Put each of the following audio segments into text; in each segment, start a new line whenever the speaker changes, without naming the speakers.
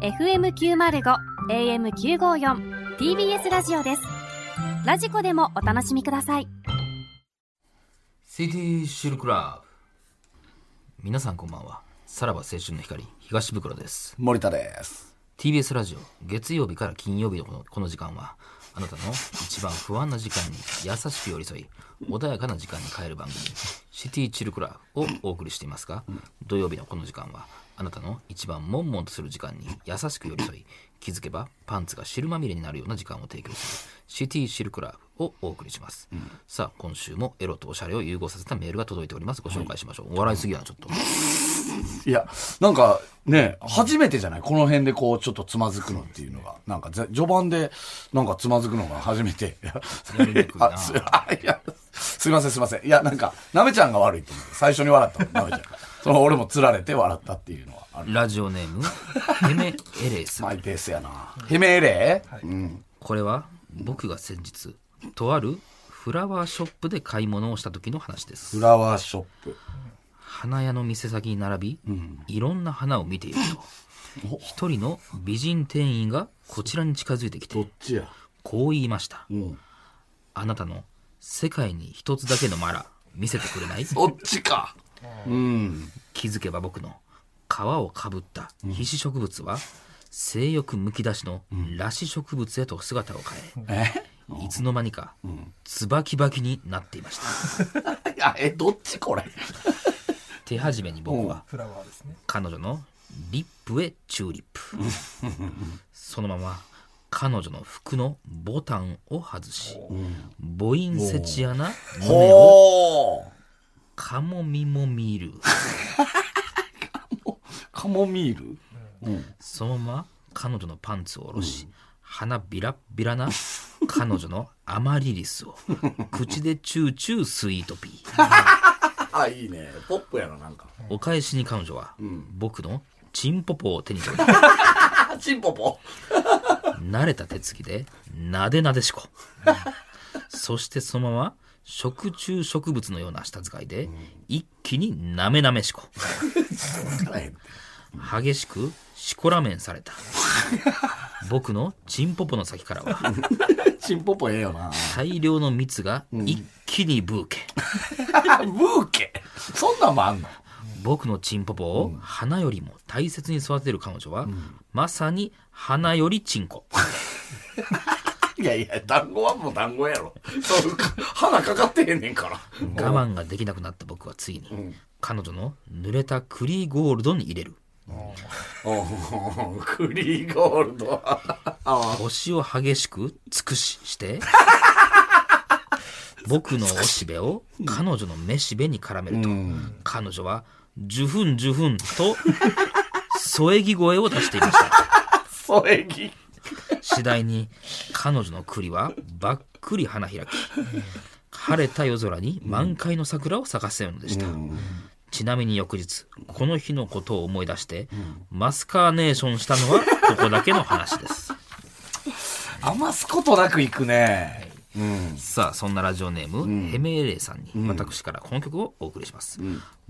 FM905 AM954 TBS ラジオですラジコでもお楽しみください
シティシルクラブ皆さんこんばんはさらば青春の光東袋です
森田です。
TBS ラジオ月曜日から金曜日のこのこの時間はあなたの一番不安な時間に優しく寄り添い穏やかな時間に変える番組「シティチルクラブ」をお送りしていますが土曜日のこの時間はあなたの一番悶々とする時間に優しく寄り添い気づけばパンツが汁まみれになるような時間を提供する「シティシルクラブ」をお送りします、さあ今週もエロとおしゃれを融合させたメールが届いておりますご紹介しましょう、笑いすぎやなちょっと
いや、なんかね、初めてじゃないこの辺でこう、ちょっとつまずくのっていうのが。なんかぜ、序盤で、なんかつまずくのが 初めて。
やりにくいな
あすあいやすいません、すいません。いや、なんか、なめちゃんが悪いと思う。最初に笑ったの、なめちゃん。 その、俺も釣られて笑ったっていうのはある。
ラジオネームヘメエレイさん
マイペースやな。ヘメエレうん。
これは僕が先日とあるフラワーショップで買い物をした時の話で
フ
す
ラワーショップ。
花屋の店先に並び、いろんな花を見ていると一人の美人店員がこちらに近づいてきて
どっちや
こう言いました
うん。
あなたの世界に一つだけのマラ見せてくれない
どっちか。うん。
気づけば僕の皮をかぶった皮脂植物は性欲むき出しの裸子植物へと姿を変え、
え
いつの間にか、つばきばきになっていました。
いや、え、どっちこれ。
手始めに僕は、
フラワーですね。
彼女のリップへチューリッ プ。そのまま、彼女の服のボタンを外し、ボインセチアな胸を
ほー。
カモミも見る。
カモミールうん。
そのまま、彼女のパンツを下ろし、鼻ビラッビラな彼女のアマリリ スを、口でチューチュースイートピー。
あ、いいね。ポップやな、なんか。
お返しに彼女は、僕のチンポポを手に取り、
あ、チンポポ。
慣れた手つきでなでなでしこ、そしてそのまま食虫植物のような舌使いで、一気になめなめしこ激しくしこらめんされた僕のチンポポの先からは
チンポポええよな。
大量の蜜が一気にブーケ、
ブーケ。そんなんもあんの
僕のチンポポを花よりも大切に育てる彼女は、まさに花よりチンコ
いやいや、団子はもう団子やろ。そう、鼻かかってへんねんから。
我慢ができなくなった僕はついに、彼女の濡れたクリーゴールドに入れる
おクリーゴールド。
腰を激しく尽くしして僕のおしべを彼女のめしべに絡めると、彼女は「ジュフンジュフン」と添え木声を出していました
添え木。
次第に彼女の栗はばっくり花開き晴れた夜空に満開の桜を咲かせるのでした、ちなみに翌日この日のことを思い出して、マスカーネーションしたのはここだけの話です
余すことなくいくね。
さあそんなラジオネーム、ヘメエレイさんに私からこの曲をお送りします、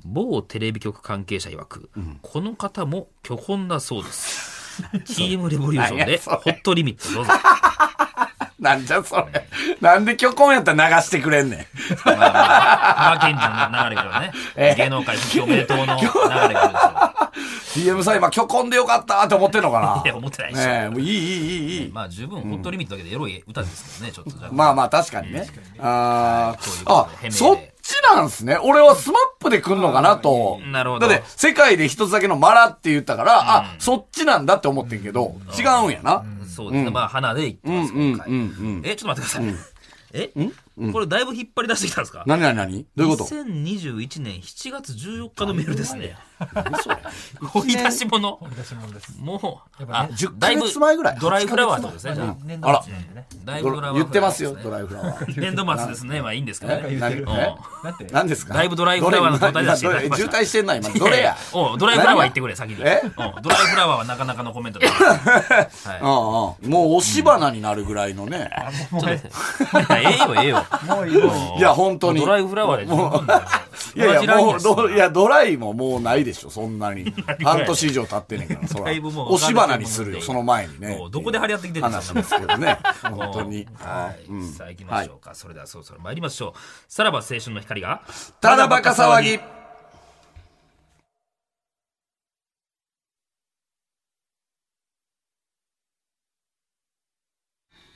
某テレビ局関係者曰く、この方も巨本だそうです TM レボリューション
何や
で
そ
ホ
れ
ットリミットどうぞ
なんじゃそれ。なんで虚婚やったら流してくれんねん。
まあまあ浜県人 の流れからね芸能界復帰おめでとうの流れがあ
DM さん今虚婚でよかったって思ってんのか
いや
な。
思ってないでしょ、
ねえ、もういいいいいいいい。
まあ十分ホットリミットだけでエロい歌ですけどねちょっとじゃあ
まあまあ確かにね。あ
そういう
ー
こと
あ
でヘ、メで
そっちなんすね。俺はスマップで来んのかなと。
なるほど
だって、世界で一つだけのマラって言ったから、あ、そっちなんだって思ってんけど、違うんやな。
そうですね、まあ花でいってます、今回、
うんうんうん
えちょっと待ってください、え、これだいぶ引っ張り出してきたんですか
何何何どういうこと
2021年7月14日のメールですね。 掘り出し物。
掘り出し物です。
もう、
ぱ
あ
ね
10ヶ月前ぐらい
ドライフラワーってことですね。じゃ
年
あ
度
ら
末なんで
あ
ね。
だいぶ
ド
ドラ
ラ
イフラワー
言ってますよ、
ですね
ドライフラワー。
年度末ですね。まあいいんですけどね。
何
うん
え
なんて
何ですか
だいぶドライフラワーの状態出していただきま
今
し
渋
た
滞してんな、今。 どれや。
おうドライフラワー言ってくれ、先に。うん
え
ドライフラワーはなかなかのコメントだ。はい
うんうん。もう押し花になるぐらいのね。
もうえ
いやええよ、ええよ。
えもういいよ。
いや、本当に。
ドライフラワーで十分だよ。
いやい
同じライン
や、も
や
う、
し
どいや、ドライももうないでしょそんなに半年以上経ってねえからそら
だいぶもう
押し花にするよその前にね
もうどこで張り合ってきてるんです
話
か
ですけどね 本当に
はい、さあ行きましょうか、それではそろそろ参りましょうさらば青春の光が
ただバカ騒ぎ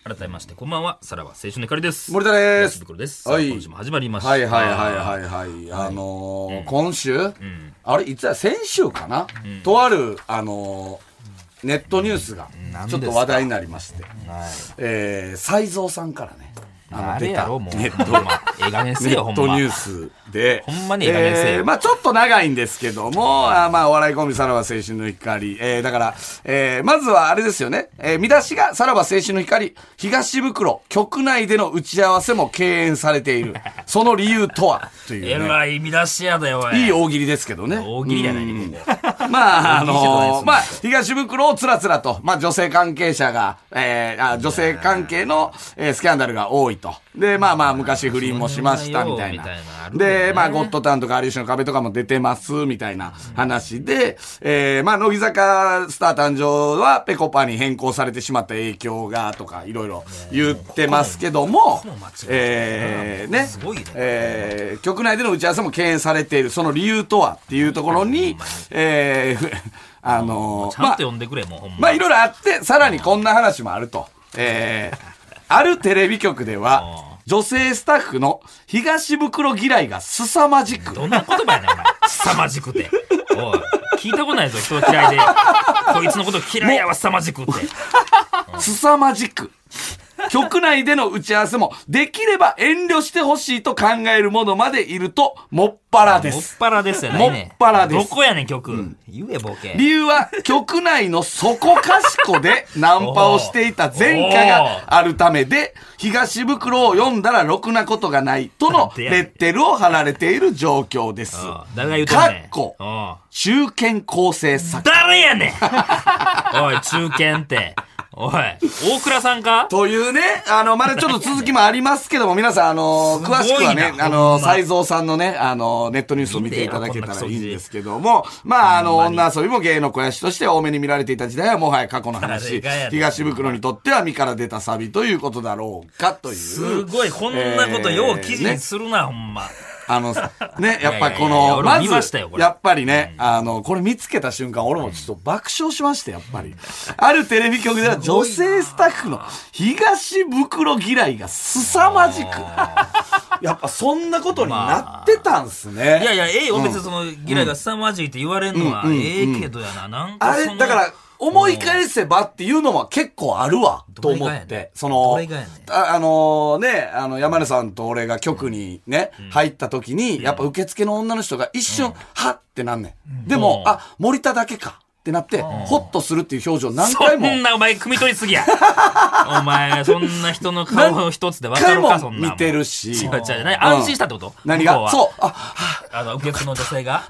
改めましてこんばんはさらば青春の光です
森田です
安袋ですさあ
はい
今週も始まりました
はいはいはいはいはい。あのー今週、あれ、いつや、先週かな、とある、あのーネットニュースが
んなん、
ちょっ
です
と
か
話題になりまして、
はい
えー、才蔵さんからね、
あ
の、
れ
出
や
た
ろもう
ネ
ネ
ッ
ット、ほんま、ええ加減せえよほんま
トニュースで、
ほんまにええ加減せえよ
ーまあちょっと長いんですけども、あーまあお笑いコンビさらば青春の光、えー、だから、えー、まずはあれですよね、えー、見出しがさらば青春の光、東袋、局内での打ち合わせも敬遠されている。その理由とはという、ね。
え らい見出しやだよおい
いい大喜利ですけどね。
大喜利じゃないねここ
まあ、あ
大喜利じゃないです
の
ね
まあ、東袋をつらつらと、まあ、女性関係者が、えーあ女性関係の、えースキャンダルが多いと。で、まあまあ、昔不倫もしました、みたいな
そんなようみたいなのあ。るけどね
で、まあ、ゴッドタンとか有吉の壁とかも出てます、みたいな話で、えーまあ、乃木坂スター誕生は、ペコパに変更されてしまった影響が、とか、いろいろ言ってますけども
こも間違いない、
えーね、
すごいね
えー局内での打ち合わせも敬遠されている、その理由とはっていうところに、えー あの
ちゃん
ーま
と
あ、
読んでくれもうほんま
まあ、いろいろあって、さらにこんな話もあると。えーあるテレビ局では、女性スタッフの東袋嫌いが凄まじく、
どんな言葉やねん、お前。凄まじくて。おい、聞いたことないぞ、人を嫌いで。こいつのこと嫌いやわ、凄まじくって。
凄まじく。局内での打ち合わせも、できれば遠慮してほしいと考えるものまでいると、もっぱらで
もっ
す。
ぱらですよね。
もっぱらです
どこやねん、曲。言え、ボケ。
理由は、局内のそこかしこでナンパをしていた前科があるためで、東袋を読んだらろくなことがない とのレッテルを貼られている状況です
お。う誰が言うてん
か
ね
っ
ん。
こ、
おう
中堅構成作。
誰やねんおい、中堅って。おい、大倉さんか
というね、あの、まだちょっと続きもありますけども、皆さん、あの、
すごいな
詳しくはね
ほん、ま
あの、斎蔵さんのね、あの、ネットニュースを見ていただけたらいいんですけども、まあ、あの、女遊びも芸の肥やしとして多めに見られていた時代はもはや過去の
誰
話
がやねん、
東袋にとっては身から出たサビということだろうかという。
すごい、こんなことよう記事にするな、ほんま。
あの、ね、やっぱこ
いやいやいや
の、
俺も
ま
見ました
ず
よこ、れ
やっぱりね、あの、これ見つけた瞬間、俺もちょっと爆笑しました、やっぱり。あるテレビ局では女性スタッフの東袋嫌いが凄まじく。 やっぱそんなことになってたんすね。
いやいや、ええよ、別にその、嫌いが凄まじいって言われんのは、ええけどやな、なんか
あ
その。
れ、だから、思い返せばっていうのは結構あるわ、と思
どれがや
っ
ねん
て。その、
どれがやねん
ああのね、あの、山根さんと俺が局にね、入った時に、やっぱ受付の女の人が一瞬、はってなんねん。でも、
うん
あ、森田だけか。ってなって、ホッとするっていう表情何回も、
そん
何
なお前、汲み取りすぎや。お前、そんな人の顔一つで分か
回
るか、そ
も
んな
見
ん。
てる
し。
し。
違う違う。何安心したってこと
何
向こ
が
は
そう、あ、
あの、受付の女性が、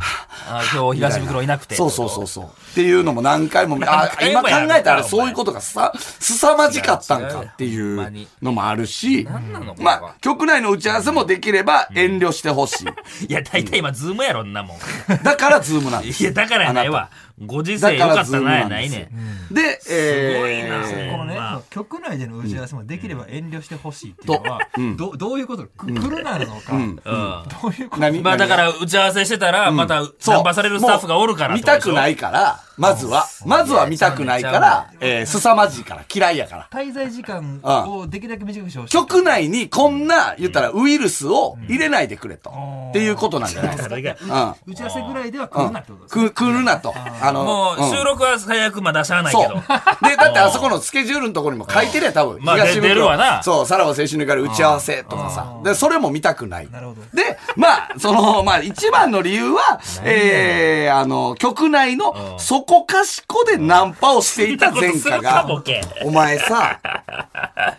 あ今日東袋いなくて。
そうそうそうそう。っていうのも何回も見、あ
何回
今
も
考
やる
えたらそういうことがさ、凄まじかったんかってい
違う違うほんまに
うのもあるし、
何なのこれは
まあ、局内の打ち合わせもできれば遠慮してほしい。
いや、大体今、ズームやろ、んなもん。
だからズームなんです。
いや、だからやないわ。ご時世よかったな、やないねん。
で、
すごいな
え
ほ
ー
この
ん
ね、
ま
局内での打ち合わせもできれば遠慮してほしいっていうのは、ど どういうことく、来るなのか、
う
どういうこと
何
ん。まあ、だか、
何
ら、打ち合わせしてたら、また、
そう
ナンパされるスタッフがおるから。
もう見たくないいから、まずは、まずは見たくないから、えー凄まじいから、嫌いやから。
滞在時間をできるだけ短くしてほしい。
局内にこんな、言ったらウイルスを入れないでくれと。っていうことなんじゃないですか。
それが
うん。
打ち合わせぐらいでは来るなってことですね。
く、来るなと。あの、
もう、
ん
収録は最悪まだしゃあない
そ
け
う。
ど。
で、だってあそこのスケジュールのところにも書いてるやん、多分。
まあ
東袋
出てるわな
そう、さらば青春の光打ち合わせとかさ。で、それも見たくない。
なるほど
で、まあ、その、まあ、一番の理 由は、ええあの、局内のそこかしこでナンパをしていた前
そんなこと
科
するか
が
ボケ、
お前さ、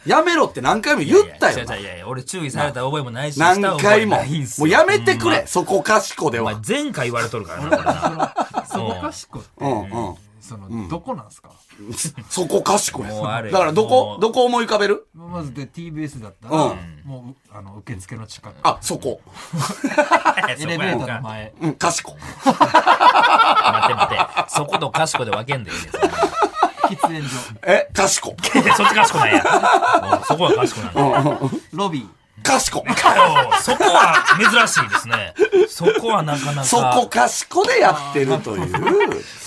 やめろって何回も言ったよ
いや
な。
いやいやいや、俺注意された覚えもないし、した
何
覚え
回も。
ないんすよ
もうやめてくれ、そこかしこで
お前
は。
前回言われとるからな、これな。
そこかしこって、
うんうん。
その、どこなんですか
そこかしこや
もうあれ
だからど
も
こ
う
どこ思い浮かべる
まずで TBS だった
う
ら、もう、あの、受付の近く。
あそこ
エレベーターの前。
うんかしこ
待て待て。そことかしこで分けんでいいねそんな
喫煙所。
えかしこ
いやそっちかしこなん や。おそこはかしこなんだ。お
ロビー。
かしこ
そこは珍しいですね。そこはなかなか。
そこかしこでやってる という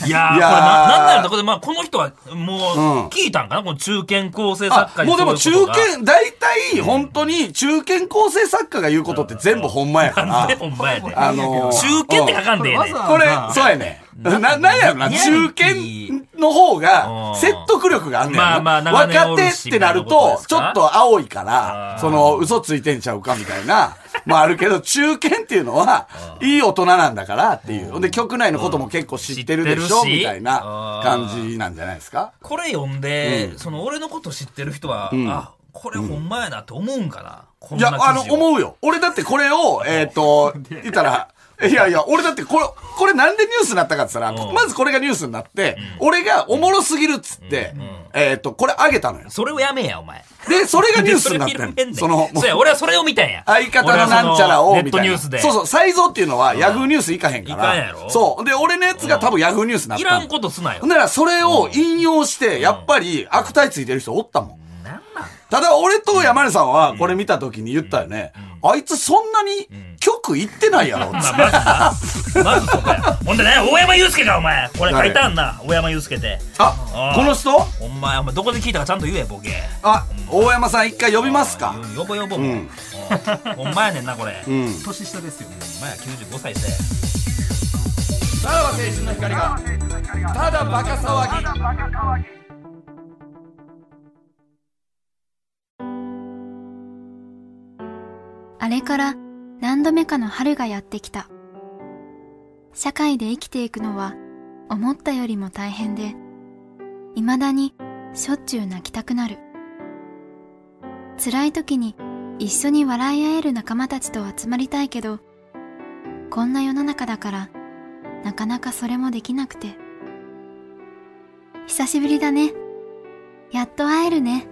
いやー、こ
いやー
れな、なんだろうなこれ、まあ、この人は、
う
も
ん
う、聞いたんかな、この中堅構成
あ
作家に
もうでも
そ
中
いことが
堅大体本当に中堅構成作家が言うことって全部ほんまやか
なん
ら
で、ほんまやで。
あのー
中堅って書かんでええねん。
これ、そうやね。な、なんやろな、
リアリテ
中堅
ィ
の方
う
が
ん
説得力があんねんな。
まあまあ長年
若
お
手
る
っ
して
なる
みたいなこと
と
で、す
ちょ
か
っと青いから
あ、ー
その、嘘ついてんちゃうかみた いな、まああるけど、中堅っていうのは、いい大人なんだからっていう。で、局内のことも結構知ってるでし
知っ
ょ
てるし
みたいな感じなんじゃないですか。
これ読んで、その、俺のこと知ってる人は、あ、これほんまやなって思うんかな。こん
い
な
や、あ
記
の、
事を
思うよ。俺だってこ れを、えっと、言ったら、いやいや、俺だってこれ、これなんでニュースになったかって言ったら、
うん
まずこれがニュースになって、俺がおもろすぎるっつって、えっと、これ上げたのよ。
それをやめや、お前。
で、それがニュースになっ
それ 見
て
る
ん
ん
その、もう
そうや、俺はそれを見たんや。
相方のなんちゃらを、
俺はそのネッ
み
ト
た
ニ
い
ュ
な。
ース
そう
で。
そう、才蔵っていうのは、ヤフーニュース以かへんか
いかんや
ら。
ろ
そう。で、俺のやつが多分ヤフーニュースになっ
い
た
ら
の
ん。ことすなよ
ほん。なら、それを引用して、やっぱり悪態ついてる人おったもん。
なんなん
ただ俺と山根さんはこれ見た時に言ったよね、あいつそんなに局行ってないやろって、
まずそこや。ほんでね、大山祐介か、お前。これ書いたんな、大山祐介って。
あ
あ
この人
お前、お前どこで聞いたかちゃんと言え、ボケ。
あ大山さん一回呼びますか
よぼよぼ。もう ほんまやねんな、これ。ほん
年下ですよね。
まや、95歳で。
さらば青春の光がただバカ騒ぎ
あれから何度目かの春がやってきた。社会で生きていくのは思ったよりも大変で、未だにしょっちゅう泣きたくなる。辛い時に一緒に笑い合える仲間たちと集まりたいけど、こんな世の中だからなかなかそれもできなくて。久しぶりだね。やっと会えるね。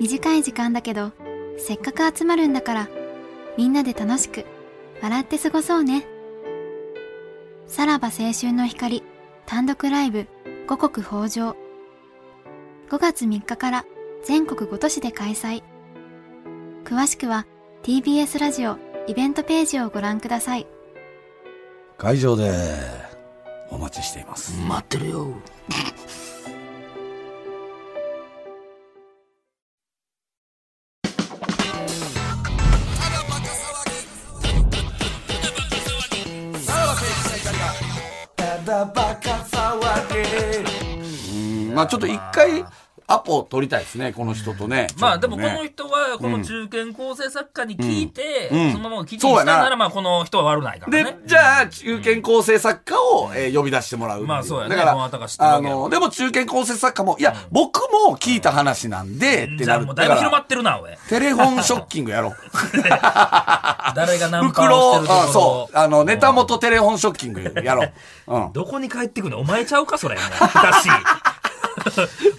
短い時間だけど、せっかく集まるんだから、みんなで楽しく、笑って過ごそうね。さらば青春の光、単独ライブ、五穀豊穣。5月3日から全国5都市で開催。詳しくは TBS ラジオイベントページをご覧ください。
会場でお待ちしています
待ってるよ。
まあちょっと一回アポ取りたいですねこの人とね
まあ
ち
で
ょっ
も
と
こ
ね
の人はこの中堅構成作家に聞いて、
うんうん
そのまま聞き
そう
に
や
した
な
ならまあこの人は悪ないから
で
ね、。
じゃあ、中堅構成作家を、えー呼び出してもらうってい。
まあそうやね
だか
どなたか知ってる
ら、あ
わけやろ
の、でも中堅構成作家も、いや、僕も聞いた話なんで、っ
じ
て
ゃ
な
あ
る
もうだ
だ
い
か
ぶ広ま
ら、
ってるな、おい。
テレフォンショッキング やろう。
誰がナンパをして
袋
る、とこ
あ
ろ
そう、あの、ネタ元テレフォンショッキングやろう。うん。
どこに帰ってくんのお前ちゃうか、それ。もう 下手しい。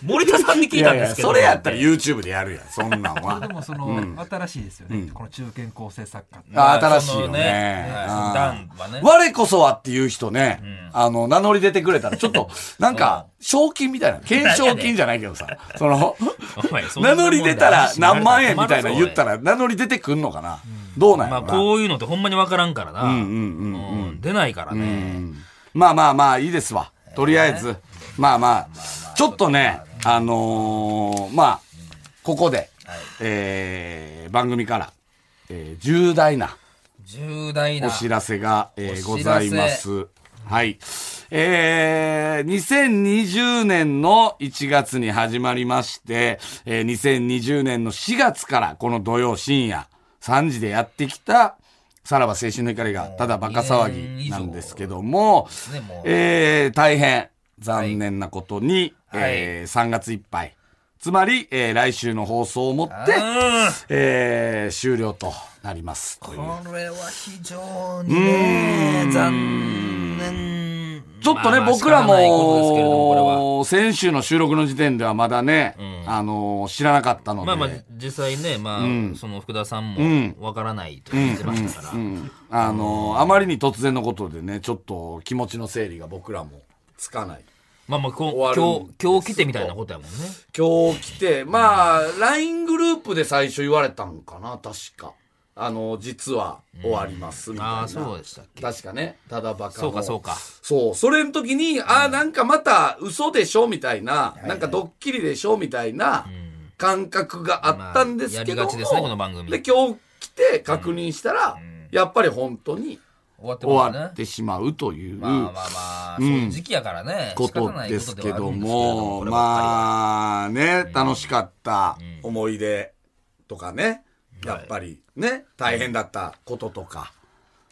森田さんに 聞
い
いた
や
ん
い
で
や、
すけど。
それやったら YouTube でやるやん、そんな ん
でも
は。
その、新しいですよね、この中堅構成作家って
あ新しい
そ
よ
の
ね。
はい
あ
段はね。
我こそはっていう人ね、あの、名乗り出てくれたら、ちょ っと、なんか、賞金みたいな、懸賞金じゃないけどさ、その、
お前そんな
名乗り出たら何万円みたいな言った
ら。
ら名乗り出てくんのかな、どうなんや
まあ
ろな
こういうのってほんまにわからんからな。
うんうんうん
うん出ないからね。
まあまあまあいいですわとりあえず、まあまあちょっとねあのーまあここで、えー番組から、えー重大な
重大な。
お知らせが、えー
お
ご
知
ざ
ら
い
せ
ます。はい。えー、2020年の1月に始まりまして、えー、2020年の4月からこの土曜深夜3時でやってきた、さらば青春の怒りがただバカ騒ぎなんですけども、
ね、もう。
えー、大変残念なことに、
はい
えー、3月いっぱい、つまり、えー、来週の放送をもって、
う
えー、終了となりますというん
これは非常にね、残念
ちょっと
ま
ね、
あまあ
僕ら
仕方ないことですけれどもこれは
も、先週の収録の時点ではまだね、
うん
あのー知らなかったので。
まあまあ実際ね、まあ
うん
その福田さん
うん
もわからないと
うん
言ってましたから、
うんあのーあまりに突然のことでね、ちょっと気持ちの整理が僕らもつかない。
まあまあこ
終わるん
今
です
日今日来てみたいなことやもんね。
今日来て、まあ、LINE グループで最初言われたんかな、確か。あのー実は終わります、みたいな。
ああそうでしたっけ。
確かね、ただバカ
そ
の
うかそうか。
そう、それの時に、ああ、なんかまた嘘でしょみたいな、なんかドッキリでしょみたいな
うん
感覚があったんです
まあやり
けども、
がちですねこの番組
で、今日来て確認したら、
ん
やっぱり本当に
終わってます
終
ね
わっ。てしまうという。
まあまあまあ、そういう時期やからね、
こ
仕方
と
ない
で
こと
す
で
け
はある
ど
んですけれど
も、
こればっかりは
まあね、楽しかった思い出とかね、やっぱりね、大変だったこととか、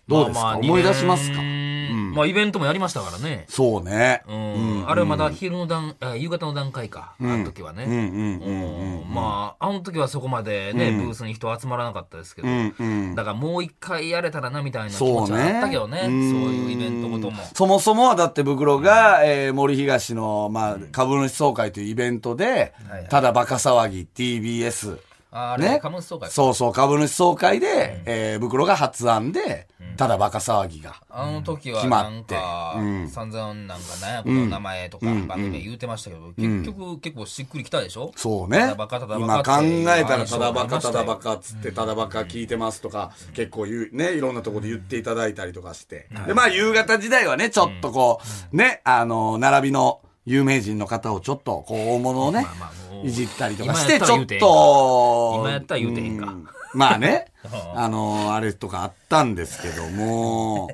どうですか、
まあまあ
思い出しますか
二年まあイベントもやりましたからね。
そうね。
うんあれはまだ昼の段、あ夕方の段階か、あの時はね。
うんうんうんうん。
うんまあ、あの時はそこまでね、ブースに人集まらなかったですけど、
うんうん
だからもう一回やれたらなみたいな気
そ
持
う
ち
ね
はあったけどね、そういうイベントごとも。
そもそもはだって袋が、えー森東の、まあ、株主総会というイベントで、
はいはい
ただバカ騒ぎ TBS。
ああれ、ね、株主総会か
そうそう、株主総会で、えー袋が発案で、ただバカ騒ぎが。
あの時は
決
な
ま
ん
って
か、
うん
散々なんか何やこの名前とか
うん
番組で言うてましたけど、結局結構しっくりきたでしょ
そうね。
ただバカただ
今
バ
考
カって
えたら、ただバカ、
話
た
が
だ
ありま
バ
したよ
カっつって、ただバカ聞いてますとか、結構言う、ね、いろんなところで言っていただいたりとかして。で、まあ、夕方時代はね、ちょっとこう、ね、あの、並びの有名人の方をちょっと、こう、大物をね
まあまあも、う
いじったりとかして、
今やった
ち
ら
ょ
言
っ
うて
と、
今やったら言うてへんか
うんまあ ね、あの、あれとかあったんですけども、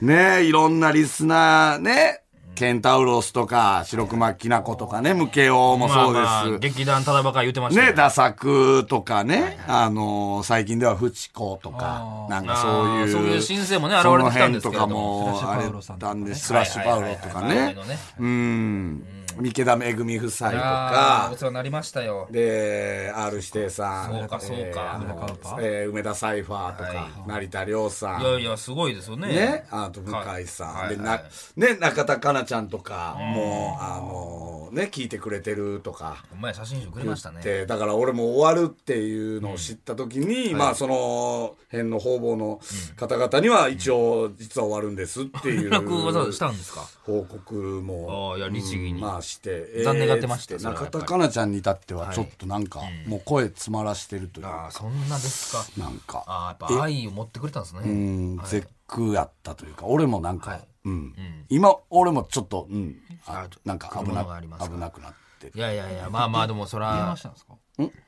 ね、いろんなリスナーね、ケンタウロスとか、白熊きなことかね、ムケオもそうです。
まあまあ、劇団ただバカ言うてました
ね、
よ
ダサくとかね、あのー最近ではフチコとか
あ、ー
なんかそうい
あ
う。
ーそういう新星もね
そ
現れ
の
てきたん
辺
です
と
けれど
か
も
も、あれたんです、スラッシュパウロとか
はいはいはい
ね
はい。
うん。三毛田めぐみ夫妻と
ああお
か、
世話になりましたよ
で、R 指定さん。
そうかそうか
えーあの
梅田カウパ
えー梅田サイファーとか、
は
成田凌さん。
いやいやすごいですよね
ね、あと向井さん、
はい
で
はい
なね、中田香菜ちゃんとかも、あのーね聞いてくれてるとか、
お前写真集くれましたね
でだから俺も終わるっていうのを知った時に、まあその辺の方々の方々には一応実は終わるんですってい
連絡わざわざ
う
したんですか
報告も
ああいや律儀に
うんまあして
残念がってました
えーつっ
それは
中
やっぱ
田
り
香菜ちゃんに至ってはちょっとなんか、もう声詰まらしてるという
あ
か
あそんなですか
なんか
ああやっぱ愛を持ってくれたんですね
うん、
はい
絶句やったというか俺もなんか、
はい
うん
ん
今俺もちょっと、うん、あ
あちょ
なんか危
車
な
がありますか
危なくなって
いやいやいやまあまあでもそ
電
ら
話したんですか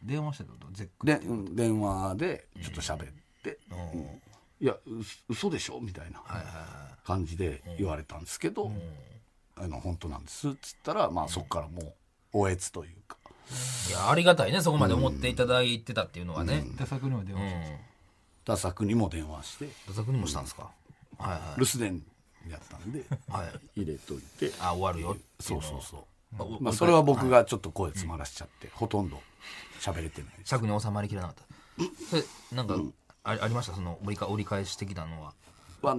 電話してたってこと絶句
でうん電話でちょっと喋って、
うん
いやう嘘でしょみたいな感じで言われたんですけど、あの本当なんですっつったら、まあ、そこからもうおえつというか
いやありがたいねそこまで思っていただいてたっていうのはね
で作にも電話
うん
し
ダサ作にも電話して
土作にもしたんですかはいは
留守電やったんで
いはい
入れといて
あ終わるよ
そうそうそう、
まあお
まあ、それは僕がちょっと声詰まらしちゃって、ほとんど喋れてないです
尺に収まりきれなかったそれなんかあありましたその折りか折り返し的なのは
は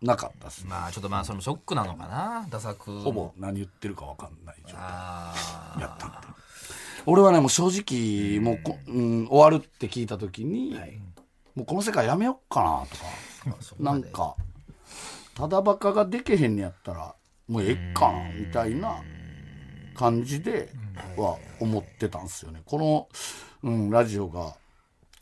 なかったですね。
まあちょっとまあそれもショックなのかな打作
ほぼ何言ってるか分かんない状態
ああ
やったんで。俺はね、もう正直、もうこ、うん、終わるって聞いたときに、もうこの世界やめよっかなとか、
そこ
な
ま
ん
で
か、ただバカがでけへんにやったら、もうええかな、みたいな感じでは思ってたんですよね。この、うん、ラジオが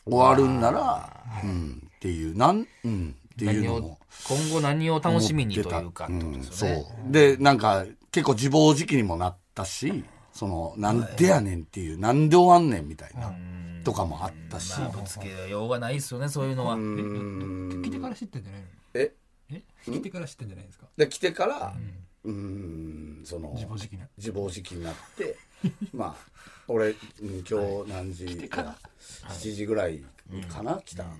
終わるんなら、うん、っていう、なん、うん、っていう
何
の
を
も。
今後何を楽しみにというかってことですよね、
うんそうでなんか結構自暴自棄にもなったしそのなんでやねんっていう、なんで終わんねんみたいなとかもあったし、
まあぶつけようがないですよねそういうのは
た聞いてから知ってんじゃないの
え
え聞いてから知ってんじゃないですか
で来てからうーんその
自暴自棄な
自暴自棄になって まあ俺うん今日何時かな7時ぐらいかな、来たの、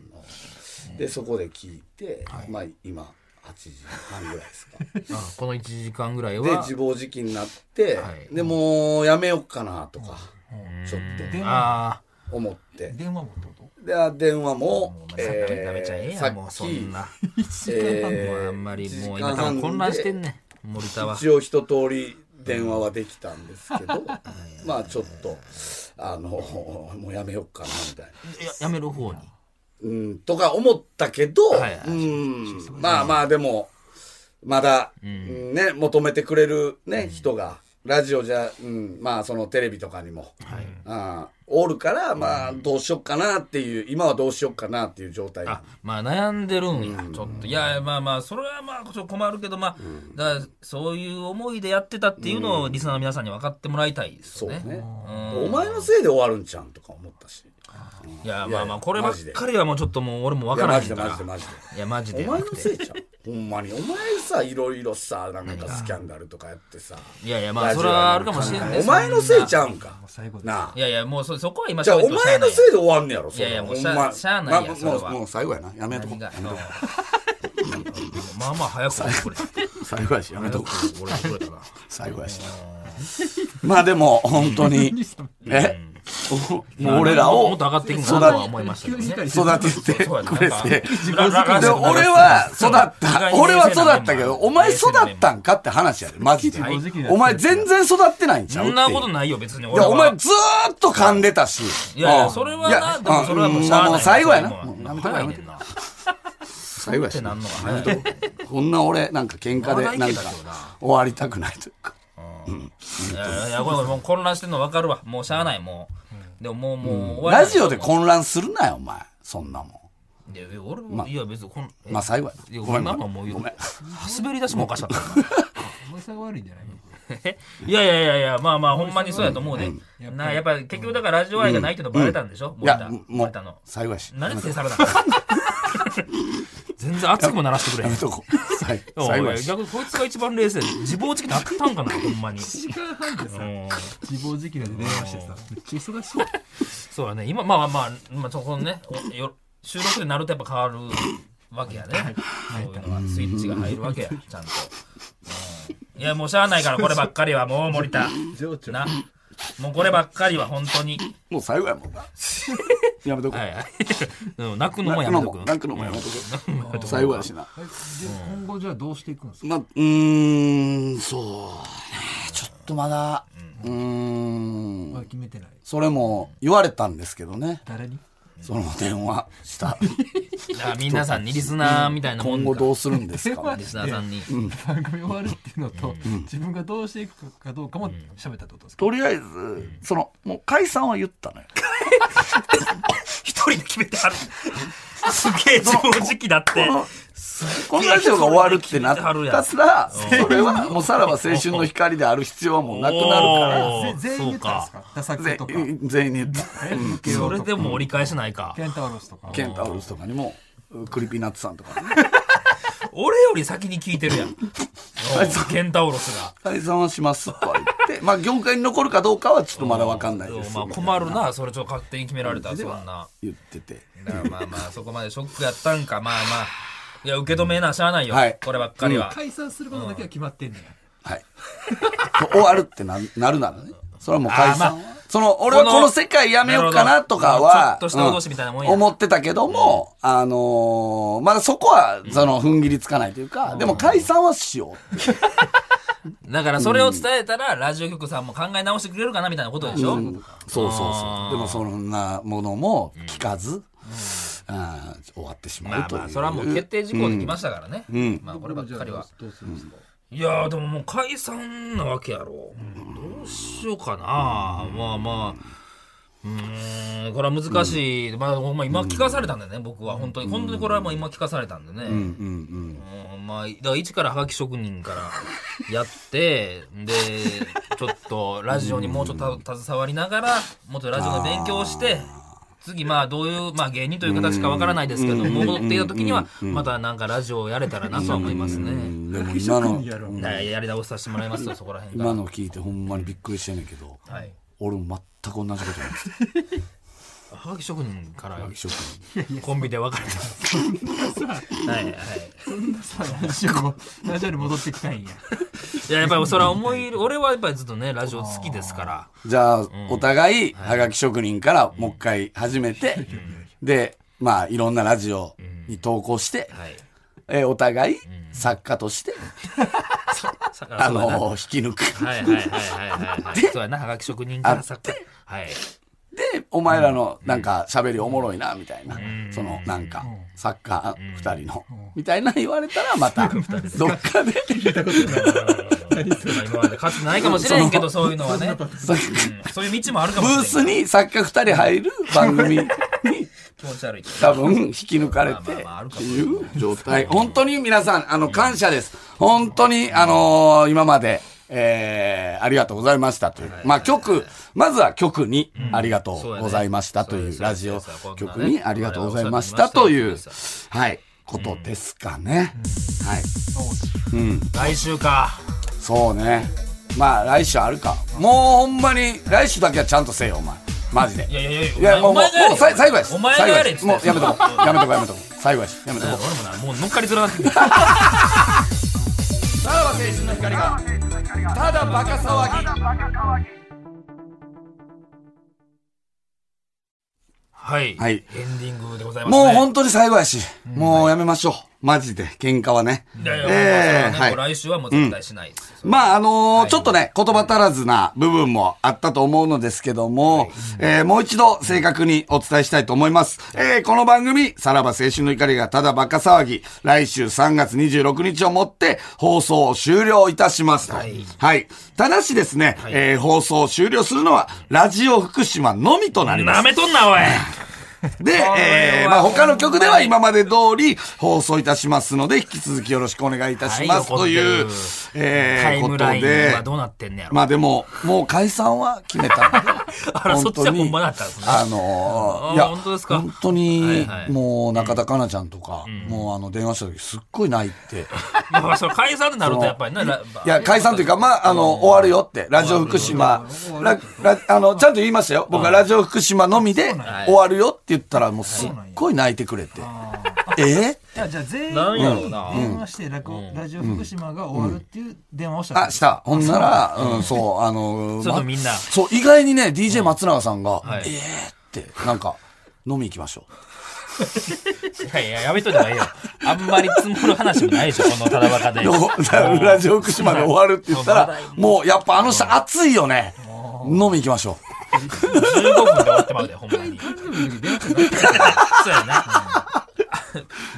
でそこで聞いて、まあ今8時半ぐらいですか
あこの1時間ぐらい
で
は
自暴自棄になって、
はい
でもうやめよっかなとか、
うん
ちょっと
電話
あ
思って
電話もってこと
であ電話も
あ
え
めちゃええ
ー
や
さっ
んもう
き
そんな
えー
もうあんまりもう
一時間
今
半
多分混乱してんね森田は
一応一通り電話はできたんですけど、まあちょっと、あの、もうやめようかな、みたいな。
ややめる方に
うん、とか思ったけど、
はいはい
うん、まあまあでも、まだ、うんね、求めてくれるね、人が、ラジオじゃ、うん、まあそのテレビとかにも、あーおるから、まあどうしよっかなっていう、今はどうしよっかなっていう状態。
あまあ悩んでるんやちょっといやまあまあそれはまあちょっと困るけどまあ、だからそういう思いでやってたっていうのをリスナーの皆さんに分かってもらいたいです
そう
よ
ね
ね。
お前のせいで終わるんちゃうんとか思ったし。
いや
いや
まあまあこればっかりはもうちょっともう俺も
い
分か
や、
ら
マ
へん
ジで
から
マジでマジで。
いやマジで
お前のせいじゃ
ん
ん。ほんまに。お前さ、いろいろさ、なんかスキャンダルとかやってさ。
いやいやまあそれはあるかもしれない
お前のせいちゃうんか
もう。最後です
なあ
い。やいやもうそそこは今
じゃあ、
喋っ
お
てもしゃ
前
あな
の
い
せいで終わんねやろ、そん
いやいやもう
ほ
しゃ
んま
しゃあないや
ま
それ
もう、
は
もう最後やな。やめとこ
何
う。
が
やめとこ
うん まあまあ早く終わってくれ
う。最後やし、やめとこう。
早く終わってくれたな
最後やし。まあでも、本 当に、えもう 俺ら
も
を
っと上がっていくん
育
かなとは思いましたけ
急
ど
に
ね
光
育てて
そうやね
くれ
なんか
て。
ラ
で
ジオ
俺は育った。俺は育ったけど、お前育った
ん
んかって話やで、マジで
はい。
お前全然育ってないんちゃ
そ
うってい
ん
う
なことないよ別に
い
俺
や、
は
お前ずーっと噛んでたし。
いやいや
うん
それはない
や
でもそれはもうしゃあない
んもう最後やな。
それはもう
もうやめとこう
早い
や
ねん
めとこ
なっ
う最後や
て
し。
なんのが早い
こんな俺、なんか喧嘩で、なんか終わりたくないというか。
いやいやこれもう混乱してんの分かるわもうしゃあないもうでももうもう終わり
ラジオで混乱するなよ、お前。そんなも
いやいや俺もいや別にこんえ
ん。まあ最後や
いや
な。ごめん、
今
ご
も
めん
もう言う滑り出しもおかしかったな
お前さんが悪いんじゃない
いやいやいやいや、まあまあ、ほんまにそうやと思うで。なあ、やっぱ結局だからラジオ愛がないっていうのバレたんでしょ森
いや
田、
も
森
う
田の、。
最後やし。
何
や
で制されたの全然熱くもならしてくれへ ん
め。とこう。最後最後
お
や
い
し。
逆にこいつが一番冷静で自暴自棄なったんかなほんまに
時間半でさ
うん
自暴自棄なんで電話してさめっちゃ忙しい
そうだね今まあまあまあそこのねおよ収録でなるとやっぱ変わるわけやねそういうのはスイッチが入るわけやちゃんとうんいやもうしゃあないからこればっかりはもう森田
情緒
なもうこればっかりは本当に
もう最後や もんな。やめとこ
は
う。
いはい。 うん泣くのもやめとく。
泣くのもやめとこ
うん泣くのもやめと
う。
く
最後やしな。
えで今後じゃあどうしていくんですか
まあ、うーん、そうね。ちょっとまだ、うーん
まだ。決めてない
それも言われたんですけどね。
誰に
その電話した。
だから皆さんにリスナーみたいなも
今
ん
後
か。
どうするんですか
リスナーさんに。
番組終わるっていうのと自分がどうしていくかどうかも喋ったってことですか
とりあえず、その、もう解散は言ったのよ。
一人で決めてはる。すげえ自分時期だって。
このラジオが終わるってなったら、それはもうさらば青春の光である必要はもうなくなる
おー
ぜ全員言ったんです
そう
かダサ
から
くとか
ぜ、全員に言った。
え 慶
そ
応
れ
と
で
か
も折り返しないか。
ケンタウロスとか
ケンタウルスとかにも、クリピーナッツさんとかに。
俺より先に聞いてるやん。おうケンタウロスが。
解散はしますとは言って、まあ業界に残るかどうかはちょっとまだわかんない
で
で
も
す。
まあ困るな、それちょっと勝手に決められたらそんな。
言ってて。
だからまあまあ、そこまでショックやったんか、まあまあ。いや、受け止めなしゃあないよ
はい。
こればっかりは。
解散することだけは決まってんね
はい。 終わるってななるならね。それはもう解
あー
散。
ま
その、俺はこの世界やめようかなとかは、
なるほどちょっとした脅しみたいなもんや
う思ってたけども、あのーまだそこは、その、踏ん切りつかないというか、でも解散はしよう。
だからそれを伝えたら、ラジオ局さんも考え直してくれるかなみたいなことでしょ
そうそう
あ
そう。でもそんなものも聞かず、あー終わってしま
ま
う
あ
という。
まあ、それはもう決定事項できましたからね。まあ、こればっかりは。 いやー、でももう解散なわけやろ。どうしようかな。まあまあ。うーん、これは難しい。まあ、ほんま今聞かされたんだよね、僕は。本当に。本当にこれはもう今聞かされたんでね。
うんうん
うんまあ、だから一からハガキ職人からやって、で、ちょっとラジオにもうちょっとた携わりながら、もっとラジオの勉強をして、次、まあ、どういう、まあ、芸人という形かわからないですけど、戻っていた時には、またなんかラジオをやれたらなとは思いますね。
でも今の、
やろう
だからやり直させてもらいますよ、そこら辺
今
が。
の聞いてほんまにびっくりしてんねんけど、
はい。
俺も全く同じことなんですよ。
ハガキ職人から
一生懸命
コンビで別れた。はいはい。
ラジ オラジオに戻ってきたいんや
いや、やっぱりそれは思い入れ、俺はやっぱりずっとね、ラジオ好きですから。
じゃあ、お互い、はがき職人からもう一回始めて、で、まあ、いろんな ラジオに投稿して、
はい。
えーお互い、作家として、
さ
あ
そうやな
の、引き抜く。
はいはいはいはいはい。そうやな、はがき職人からさはい。
で、お前らのなんか喋りおもろいな、みたいな。そのなんか、サッカー二人の、みたいな言われたらま た、どっかで、
今までかつてないかもしれんけど、そういうのはね。
サッカー
うんそういう道もあるか
ブ
もしれん
ー
け
ス
ど。
に作家二人入る番組に
気持ち悪いけど。
多分引き抜かれて
まあまあまあある
っ
か
て
も
いう状態。本当に皆さん、あの、感謝です。本当に、あのー今まで、えー、ありがとうございましたという。まあ曲、まずは曲にありがとうございましたという、
そうやね
ラジオ
そうやそうやこんなね
曲にありがとうございましたという
我々はお世話になりま、
はい、ことですかね。はい。
来週か。
そうね。まあ来週あるか。もうほんまに来週だけはちゃんとせえよ、お前。マジで。
いやいやいや、
いやもう
お
もう
前がやれ
もうさい最後やし。
お前がやれっつって
最後やしもうやめとこう。やめとこうやめとこう。最後やし。やめとこう。
俺もな、もう乗っかりづらなってきた
さらば青春の光がただバカ騒ぎ。
はい。
はい
エンディングでございますね。
もう本当に最後やし。もうやめましょう。マジで喧嘩はね。
いやいや
ええ
まあそれはね
はい
もう来週はもう絶対しないですよ。
まあ、あのー
はい
ちょっとね、言葉足らずな部分もあったと思うのですけども、えーもう一度正確にお伝えしたいと思います。えーこの番組、さらば青春の怒りがただバカ騒ぎ、来週3月26日をもって放送を終了いたしますと。はい。ただしですね、えー放送を終了するのは、ラジオ福島のみとなりま
な。
す
めとんな、おい
で、えー、まあ他の曲では今まで通り放送いたしますので、引き続きよろしくお願いいたします
はい
という
残ってる、タ
えー、
イ
こ
ム
と
ラインは
で、
どうなってんねやろ。
まあでも、もう解散は決めたので
あら、そっちは本場だったんですね。
あのー
あ
いや、
本当ですか
本当に、
はいはい
もう中田香菜ちゃんとか、もうあの、電話した時すっごい泣い て、
まあ、それ解散になるとやっぱりね、ラ
いや、解散というか、まあ、あの、終わるよって、ラジオ福島、ラ、ラ、あの、ちゃんと言いましたよ。僕はラジオ福島のみで
や
終わるよって言ったら、もうすっごい泣いてくれて、えー
いやじゃあ全員
なんやろう
に電
な
話してラコラジオ福島が終わるっていう電話をしたん
あ、
です
した。ほんなら、うん、そう、あのー、
ちょっと
ま
みんな
そう、意外にね、DJ 松永さんが、
はい
えーって、なんか、飲み行きましょ
いやいや、やめといた方がいいよ。あんまり積もる話もないでしょ、このただバカで。
う。よラジオ福島で終わるって言ったら、もう、やっぱあの人熱いよね。飲み行きましょ
15分で終わってまうで、ほんまに。そうやな。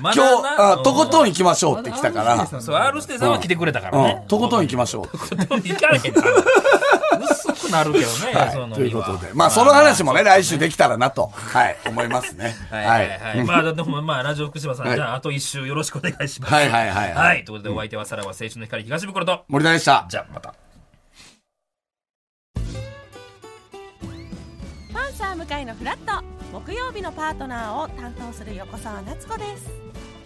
今
う。今日、あとことん行きましょうって来たから、
そう、R ステさんは来てくれたから
う
ね
ん、。とことん行きましょう。
行かれへんから。薄くなるけどね、その
という
身
こ
は
とで。まあ、その話もね、来週できたらなと、はい、思いますね。
はい
は。
はいいはい。まあ、でもまあ、ラジオ福島さん、
はい
じゃあ、あと一周よろしくお願いします。
はいはいはいはい
はい。ということで、お相手はさらば青春の光東袋と、
森田でした。
じゃあ、また。
パンサー向かいのフラット木曜日のパートナーを担当する横澤夏子です